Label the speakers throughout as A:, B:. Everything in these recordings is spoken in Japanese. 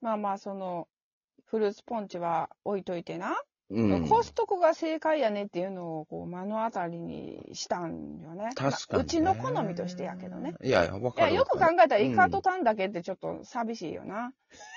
A: まあまあ、その、フルーツポンチは置いといてな。
B: うん。
A: コストコが正解やねっていうのをこう目の当たりにしたんよね。
B: 確かに、
A: うちの好みとしてやけどね。。
B: いやいや、わ
A: い
B: か
A: や、
B: る。
A: よく考
B: わか
A: えたらイカとタンだけってちょっと寂しいよな。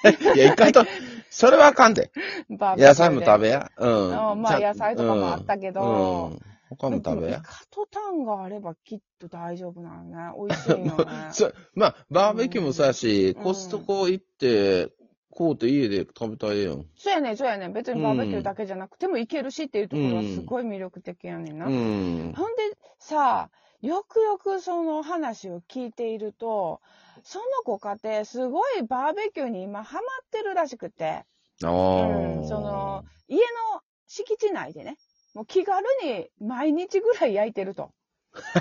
B: るいや、イカと、それはあかん で。
A: バーベキューで
B: 野菜も食べや。うん。
A: うんまあ野菜とかもあったけど
B: うんうん他も食べ
A: でもイ
B: や。
A: カとタンがあればきっと大丈夫なのね。 美味しいよね。
B: そう、まあ、バーベキューもそうやし、
A: うん
B: コストコ行って、こうて家で食べたいやん。
A: そうやねんそうやねん別にバーベキューだけじゃなくてもいけるしっていうところはすごい魅力的やねんな。
B: うん。
A: ほんでさ、よくよくその話を聞いていると、そのご家庭、すごいバーベキューに今ハマってるらしくて、
B: ああ、
A: うんその、家の敷地内でね、もう気軽に毎日ぐらい焼いてると。うん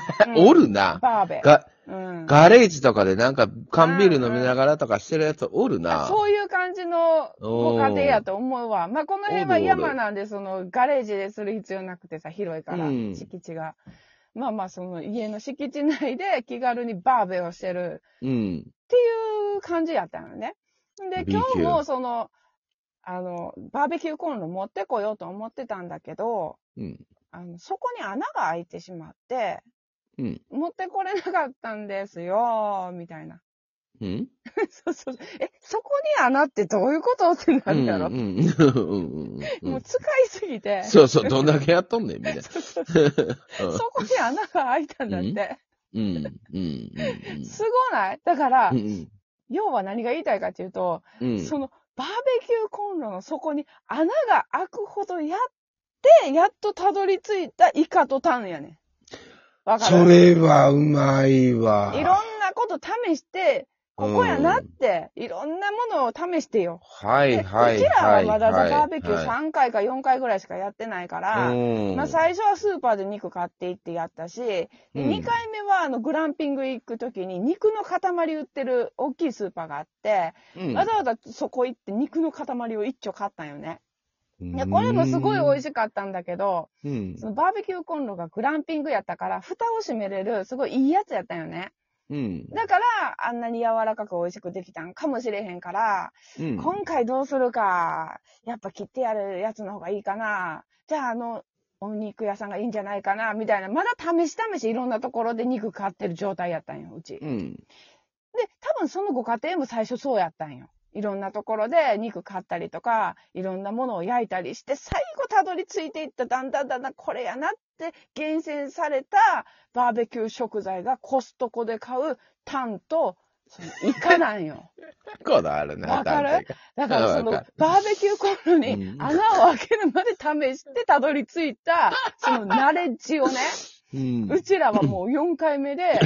B: おるな。
A: バーベ。
B: が、
A: うん
B: ガレージとかでなんか缶ビール飲みながらとかしてるやつおるな。
A: そういう感じのご家庭やと思うわ。まあ、この辺は
B: おるおる
A: 山なんで、その、ガレージでする必要なくてさ、広いから、
B: うん
A: 敷地が。まあまあ、その、家の敷地内で気軽にバーベをしてる
B: うん。
A: っていう感じやったのね。で、
B: B 級
A: 今日も、その、あの、バーベキューコンロ持ってこようと思ってたんだけど、
B: うん。
A: あの、そこに穴が開いてしまって、
B: うん。
A: 持ってこれなかったんですよ、みたいな。
B: うん。
A: そうそうそう。え、そこに穴ってどういうことってなるやろ、
B: うんうんうんうんうん
A: も
B: う。
A: うん使いすぎて、そ
B: そうそう、どんだけやっとんねん、みたいな。
A: こに穴が開いたんだって。
B: うん。うん。うん。うん
A: すごないだから、
B: うん
A: 要は何が言いたいかっていうと、
B: うん。
A: そのバーベキューコンロの底に穴が開くほどやって、やっとたどり着いたイカとタンやねん。わかる
B: それはうまいわ。
A: いろんなこと試して、ここやなって、いろんなものを試してよ。
B: はい
A: で
B: はい。
A: うちらはまだ
B: はい
A: バーベキュー
B: はい
A: 3回か4回ぐらいしかやってないから、
B: うん
A: まあ、最初はスーパーで肉買って行ってやったし、で
B: うん
A: 2回目はあのグランピング行く時に肉の塊売ってる大きいスーパーがあって、
B: うん
A: わざわざそこ行って肉の塊を一丁買ったんよね。いや、これもすごい美味しかったんだけど、
B: うん
A: そのバーベキューコンロがグランピングやったから、蓋を閉めれる、すごいいいやつやったんよね。
B: うん。
A: だから、あんなに柔らかく美味しくできたんかもしれへんから、
B: うん
A: 今回どうするか、やっぱ切ってやるやつの方がいいかな。じゃあ、あの、お肉屋さんがいいんじゃないかな、みたいな。まだ試し試しいろんなところで肉買ってる状態やったんよ、うち。で、
B: うん。
A: 多分そのご家庭も最初そうやったんよ。いろんなところで肉買ったりとか、いろんなものを焼いたりして、最後たどり着いていった、だんだんだんだんこれやなって厳選されたバーベキュー食材がコストコで買うタンと、そのイカなんよ。
B: こだわるな。
A: わかる
B: 探偵が
A: だからその、バーベキューコンロに
B: うん
A: 穴を開けるまで試してたどり着いた、そのナレッジをね、
B: うん。
A: うちらはもう4回目 で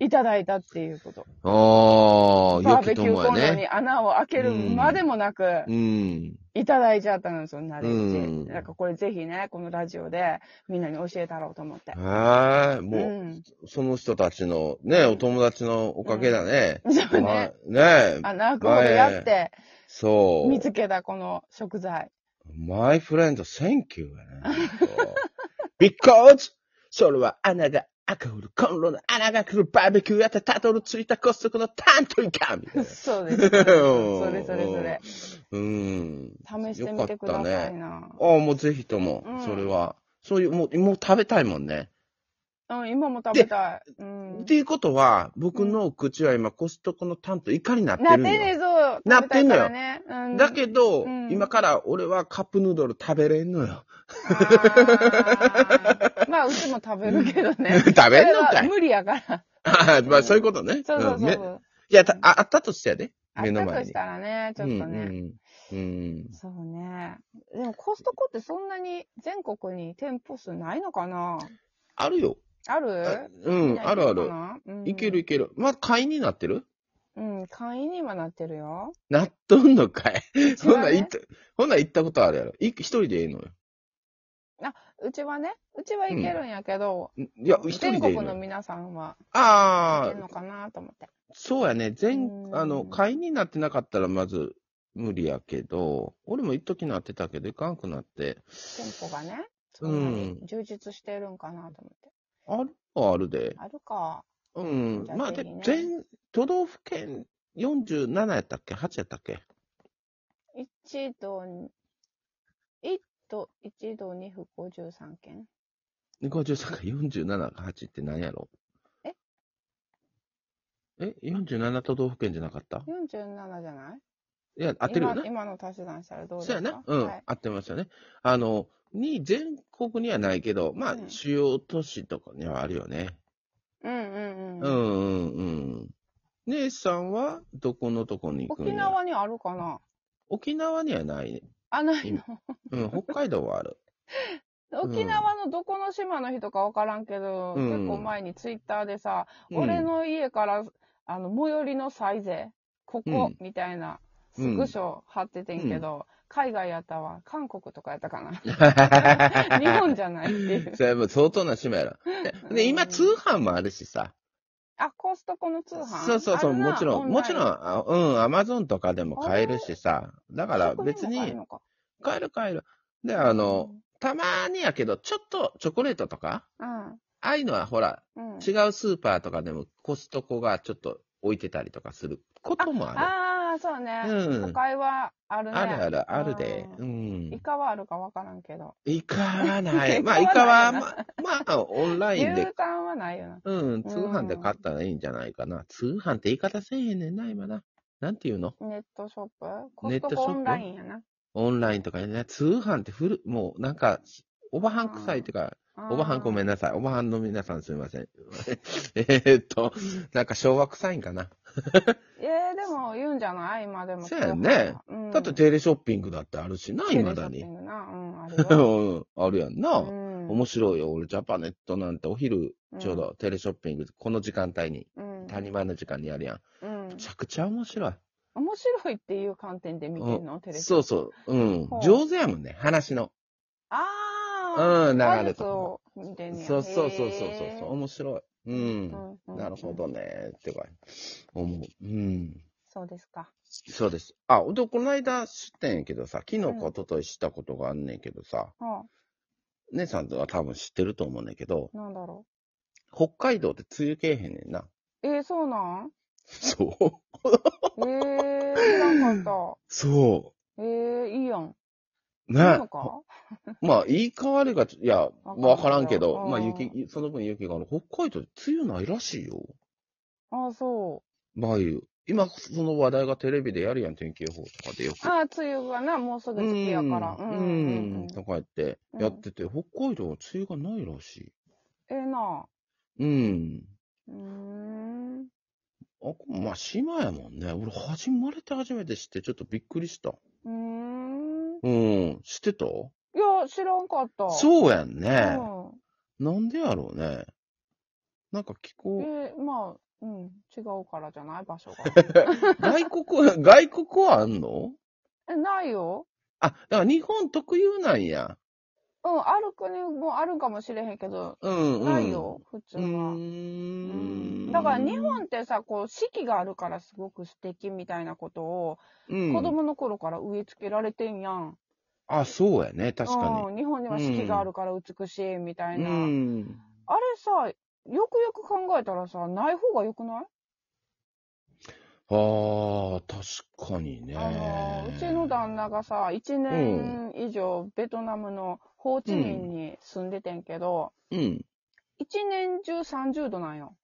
A: いただいたっていうこと。
B: ああ、
A: バ
B: よ
A: ーベ
B: き
A: キ
B: と
A: ュ
B: も
A: ーコ
B: や
A: ンロ
B: ね。
A: に穴を開けるまでもなく
B: う、ん。
A: いただいちゃったんですよ、ナレッ
B: うん
A: ジ。だからこれぜひね、このラジオでみんなに教えたろうと思って。
B: はい。
A: う
B: も
A: ん。
B: う、その人たちの、ね、お友達のおかげだね。
A: そう
B: まあ
A: ね。
B: ね
A: 穴開くほどやって
B: そう。
A: 見つけたこの食材。
B: マイフレンド、センキューやね。because, それは穴が開くコンロの穴が来るバーベキューやってたどり着いたコストコのタントイカみたい な。
A: そう です。それそれそれ。
B: うん。
A: 試してみてくださいな。
B: ああ、もうぜひとも
A: うん、
B: それは。そういう、もう、もう食べたいもんね。
A: うん、今も食べたい。うん。
B: っていうことは、僕の口は今、コストコのタントイカになって
A: なっ
B: る
A: てん
B: ん
A: ね
B: よ。
A: んそう。
B: なってんのよ
A: 食べたいからねうん、
B: だけど、
A: うん
B: 今から俺はカップヌードル食べれんのよ。
A: あ ーまあ、うちも食べるけどね。
B: 食べんの
A: それ
B: か
A: はい無理やから。
B: ああ まあ、そういうことね。
A: そうそうそううんそ
B: め
A: う。
B: いや、たああったとしてやで。
A: あ
B: 目
A: っ
B: の
A: たと
B: 前に。
A: したらね、ちょっとね。
B: うん。うん。
A: そうね。でもコストコってそんなに全国に店舗数ないのかな
B: あるよ。
A: あ
B: あ
A: る
B: うん、あるある。
A: る
B: いけるい。ける。まあ、会員になってる
A: うんうん、会員にはなってる よ。
B: なっとんのかい。
A: うち
B: ほん
A: は
B: なら行
A: ね
B: っ、た、ほんなら行ったことあるやろ。い一人でええのよ。
A: うちはね、うちは行けるんやけど、
B: んいや、一
A: 全
B: 人でええ
A: 国
B: の
A: の
B: よ。
A: 皆さんは行
B: あ
A: ける
B: あ、
A: のかなと思って。
B: そうやね。全
A: う、ん
B: あの、会員になってなかったらまず無理やけど、俺も一時なってたけど、いかんくなって。
A: 店舗がね、そ
B: うん
A: んなに充実してるんかなと思って。
B: あるはあるで。
A: あるか。
B: うん
A: じゃ。あ
B: まあ、
A: ぜ
B: で
A: ひね、
B: 全、都道府県47やったっけ ?8 やったっけ
A: 1度、1度、1度2分53件
B: 53か47か8って何やろ
A: え
B: え ?47 都道府県じゃなかった
A: ?47 じゃない
B: いや、合ってるよ
A: 今
B: ね。
A: 今の足し算したらどうです
B: そう
A: か
B: やな。うん、
A: はい、
B: 合ってますよね。あの、に、全国にはないけど、まあ
A: う、ん
B: 主要都市とかにはあるよね。
A: うんうん
B: う
A: うん。
B: ん、うん、うん。姉さんは、どこのとこに行くんや
A: 沖縄にあるかな
B: 沖縄にはないね。
A: あ、ないの。
B: うん、 北海道はある。ん
A: 沖縄のどこの島の人かわからんけど、
B: うん
A: 結構前にツイッターでさ、
B: うん
A: 俺の家から、あの、最寄りのサイゼ、ここ、
B: うん
A: みたいな、スクショ貼っててんけど、海外やったわ。韓国とかやったかな。 日本じゃないっていう。
B: それはもう相当な島やろ。で、今、通販もあるしさ。
A: あ、コストコの通販
B: そうそうそう、もちろん、もちろん、
A: ん。
B: あうん、アマゾンとかでも買えるしさ。だから別に、買える買える。で、あの、、たまにやけど、ちょっとチョコレートとか、
A: うん。
B: ああいうのはほら、
A: うん。
B: 違うスーパーとかでもコストコがちょっと置いてたりとかすることもあ
A: ああ、そう
B: る。
A: ね。
B: う
A: 都
B: ん。
A: 会はあるね。
B: あるある、あるで。う
A: イ
B: ん。
A: カはあるかわからんけど。
B: イカ はない。まあ、イ
A: イカ
B: カは、
A: はないな
B: まあ、まあ、オンラインで
A: 牛タンはないよな。
B: うん、通販で買ったらいいんじゃないかな。通販って言い方せえへんねんな、今な。なんて言うの
A: ネットショップコ
B: ネッ
A: ス
B: ト
A: ト
B: ショッ
A: コ
B: プ
A: オンラインやな。
B: オンラインとかね、通販って古、もうなんか、おばはん臭いっていうか、おばはんごめん
A: な。
B: なさい。おばはんの皆さんすみま せん。えーっと、なんか昭和臭いんかな。
A: えー、でも言うんじゃない今でも。
B: そうやんね。
A: うん、
B: だってテレショッピングだってあるしな、
A: テレショ
B: 未
A: ッ
B: だ
A: ピ
B: に。
A: ングなうん、ある
B: う
A: よ
B: ん、あるやんな。
A: うん
B: 面白いよ。俺、ジャパネットなんてお昼、ちょう、どテレショッピング、この時間帯に、
A: うん、
B: 谷間の時間にやるやん。
A: うん
B: めちゃくちゃ面白い。
A: 面白いっていう観点で見てんのテレビ。
B: そうそう。うん
A: ほ。う
B: 上手やもんね、話の。
A: ああ。
B: うん、流
A: 話
B: れ
A: 術
B: と
A: を見て
B: か
A: ん
B: も。
A: ねや
B: そうそうそうそう
A: へ
B: そう。
A: ー
B: 面白い。う。
A: うんんうん
B: なるほどね。ってか、思う。うん。
A: そうですか。
B: そうです。あ、で、この間知ったんやけどさ、昨日
A: うん
B: か一昨日知ったことがあんねんけどさ、
A: は
B: 姉さんは多分知ってると思うねんだけど、
A: あ、なんだろ
B: 北海道って梅雨けえへんねんな。
A: う。えー、そうなん
B: そう。
A: えー、知らんかっ
B: そ
A: た。えー、いいやん。
B: う。
A: いい
B: ね
A: の。か
B: まあ、言い換わりが、いや、
A: わかんない
B: わからんけど、
A: うん
B: まあ、雪、その分雪がある。北海道梅雨ないらしいよ。
A: あ、そう。
B: まあいう。今、その話題がテレビでやるやん、天気予報とかでよく。
A: ああ、梅雨がな、もうすぐ時期やから。
B: う
A: うんん。うんうん
B: とか言って、やってて、北海道は梅雨がないらし
A: ええな。
B: い。うん。
A: うーん。
B: あ、まあ、島やもんね。俺、始まれて初めて知って、ちょっとびっくりした。
A: うーん。
B: うん。知ってた
A: いや、知らんかった。う
B: そうやん
A: ん
B: ね。なんでやろうね。なんか気
A: え
B: 候、
A: ーまあ、うん。違うからじゃない場所 が。
B: 外国、外国はあんの
A: え、ないよ。
B: あ、だから日本特有なんや。
A: うん、ある国もあるかもしれへんけど、
B: うん、うん。
A: ないよ、普通
B: うー
A: は。
B: ん。
A: だから日本ってさ、こう、四季があるからすごく素敵みたいなことを、
B: うん
A: 子供の頃から植え付けられてんやん。
B: あ、そうやね。確かに。
A: うん、日本には四季があるから美しいみたいな。
B: うん。
A: あれさ、よくよく考えたらさ、ない方がよくない、
B: ああ、確かにね。
A: あの、うちの旦那がさ、1年以上ベトナムのホーチミンに住んでてんけど、
B: うん。
A: 一年中30度なんよ。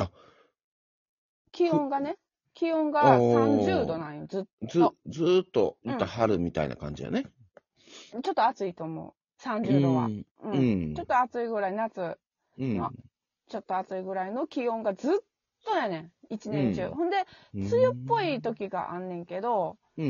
B: あ
A: 気温がね、気温
B: あ
A: が
B: ー
A: 30度なんよ。ずっ
B: ず
A: そ、
B: ずーっと、
A: うん
B: また春みたいな感じやね。
A: ちょっと暑いと思う。
B: う
A: 30度は。
B: ん。
A: う
B: うんん
A: ちょっ。と暑いぐらい、夏、
B: うん
A: まあちょっと暑いぐらいの気温がずっとやねん。一年中。
B: うん
A: ほんで、
B: うん
A: 梅雨っぽい。時があんねんけど、
B: うん。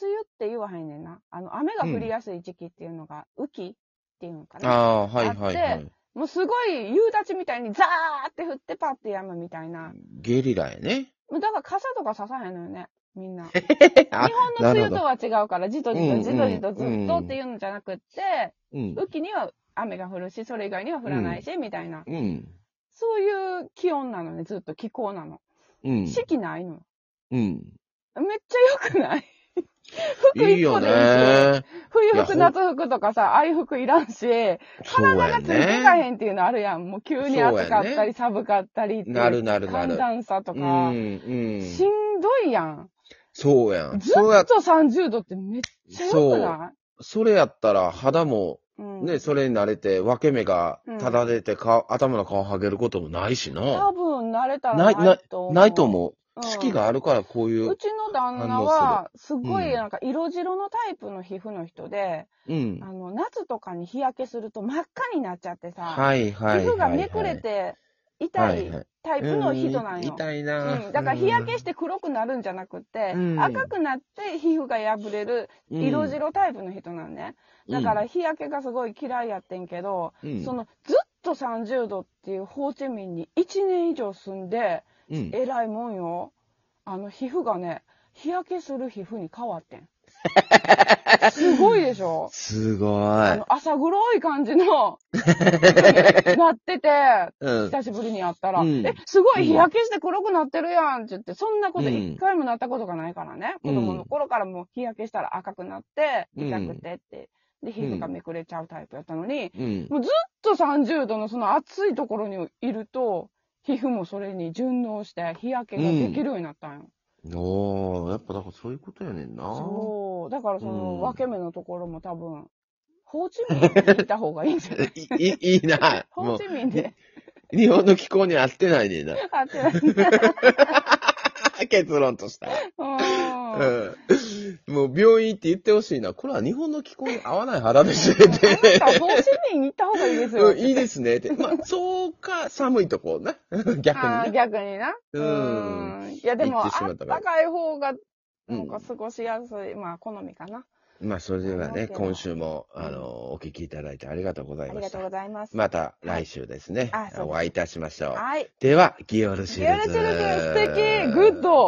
A: 梅雨って言わへんねんな。あの、雨が降りやすい時期っていうのが、雨季っていうのか
B: あ
A: な。
B: あ、はいはいは
A: あっ
B: い。
A: もうすごい夕立みたいにザーって降ってパッてやむみたいな。
B: ゲリラやね。
A: もうだから傘とかささへんのよね、みんな。日
B: あ
A: 本の梅雨とは違うから、じとじとじとじとずっとっていうのじゃなくって、
B: うん。
A: 雨季には雨が降るし、それ以外には降らないし、みたいな。
B: うん。
A: そういう気温なのね、ずっと気候なの。
B: うん。
A: 四季ないのよ。
B: うん。
A: めっちゃ良くない服
B: いい
A: 一
B: よ
A: 個でいいし
B: ね。
A: 冬
B: い
A: 服、
B: やほん
A: 夏服とかさ、ああいう服いらんし、
B: そう
A: 体
B: や
A: がついていか
B: ね。
A: へんっていうのあるやん。もう急に暑かっ
B: そう
A: た
B: や
A: り寒かったりっていう
B: なるなるな
A: 寒
B: る。
A: 暖差と
B: う
A: か、
B: ん。うん。
A: しんどいやん。
B: そうやん。
A: ずっと
B: そうや、
A: 30度ってめっちゃ良くな
B: それやったら肌も
A: いうん。
B: ね、それに慣れて、分け目がただ出てか、頭の皮剥げることもないしな。
A: 多分慣れたら
B: ない
A: ないと思う。
B: ないと思う。
A: うん。
B: 好きがあるからこういうう。
A: ちの旦那は、すご
B: うん
A: いなんか色白のタイプの皮膚の人で、
B: うん
A: あ。の、夏とかに日焼けすると真っ赤になっちゃってさ、
B: はいはいはい、はい。
A: 皮膚がめくれて痛い
B: はい
A: タイプの人なんよ。
B: 痛いうな、
A: ん、だから日焼けして黒くなるんじゃなくって、
B: うん
A: 赤くなって皮膚が破れる
B: うん、
A: 色白タイプの人なんね、だから日焼けがすごい嫌いやってんけど、
B: うん、うん
A: そ、のずっと30度っていうホーチミンに1年以上住んで
B: うん、
A: えらいもんよあの皮膚がね日焼けする皮膚に変わ ってんすごいでしょ
B: すご
A: あ
B: い
A: の。朝黒い感じ のなってて
B: うん。
A: 久しぶりに会ったら、
B: うん
A: え、すごい日焼けして黒くなってるやんって言って、そんなこと
B: うん
A: 一回もなったことがないからね。
B: うん
A: 子供の頃からもう日焼けしたら赤くなって、
B: うん
A: 痛くてって。で、皮膚がめくれちゃうタイプやったのに、
B: うん。
A: ちょっと30度のその暑いところにいると、皮膚もそれに順応して日焼けができるようになったんよ。
B: おー、やっぱだからそういうことやねんな。
A: そう。だからその
B: うん
A: 分け目のところも多分、ホーチミンにいた方がいいん じゃない
B: いいいいな。
A: ホ
B: も
A: ーチミンで。
B: う、日本の気候に合ってないねんな。
A: あって ない。
B: 結論とし たら。
A: うん。
B: うん。もう病院行って言ってほしいな。これは日本の気候に合わない肌でしょっ
A: あな
B: て。
A: た、ホーチミンに行った方がいいですよ。
B: うん、いいですねって。まあ、そうか、寒いとこな。 逆
A: ああー
B: にね。
A: 逆にな。
B: う
A: うーん。いや、でも、あ
B: 行っ
A: って
B: しまったたから
A: かい方が、
B: う
A: なん
B: ん
A: か。過ごしやすい。まあ、好みかな。
B: まあ、それではね、
A: なるほど
B: 今週も、あの、お聞きいただいてありがとうござ
A: あ
B: い
A: り
B: ま
A: が
B: し
A: とう
B: た
A: ご。ざいます。
B: また来週ですね
A: あそうで。す
B: お会いいたしましょう。
A: はい。
B: では、ギオルシル
A: ギャルチルズ、素敵グッド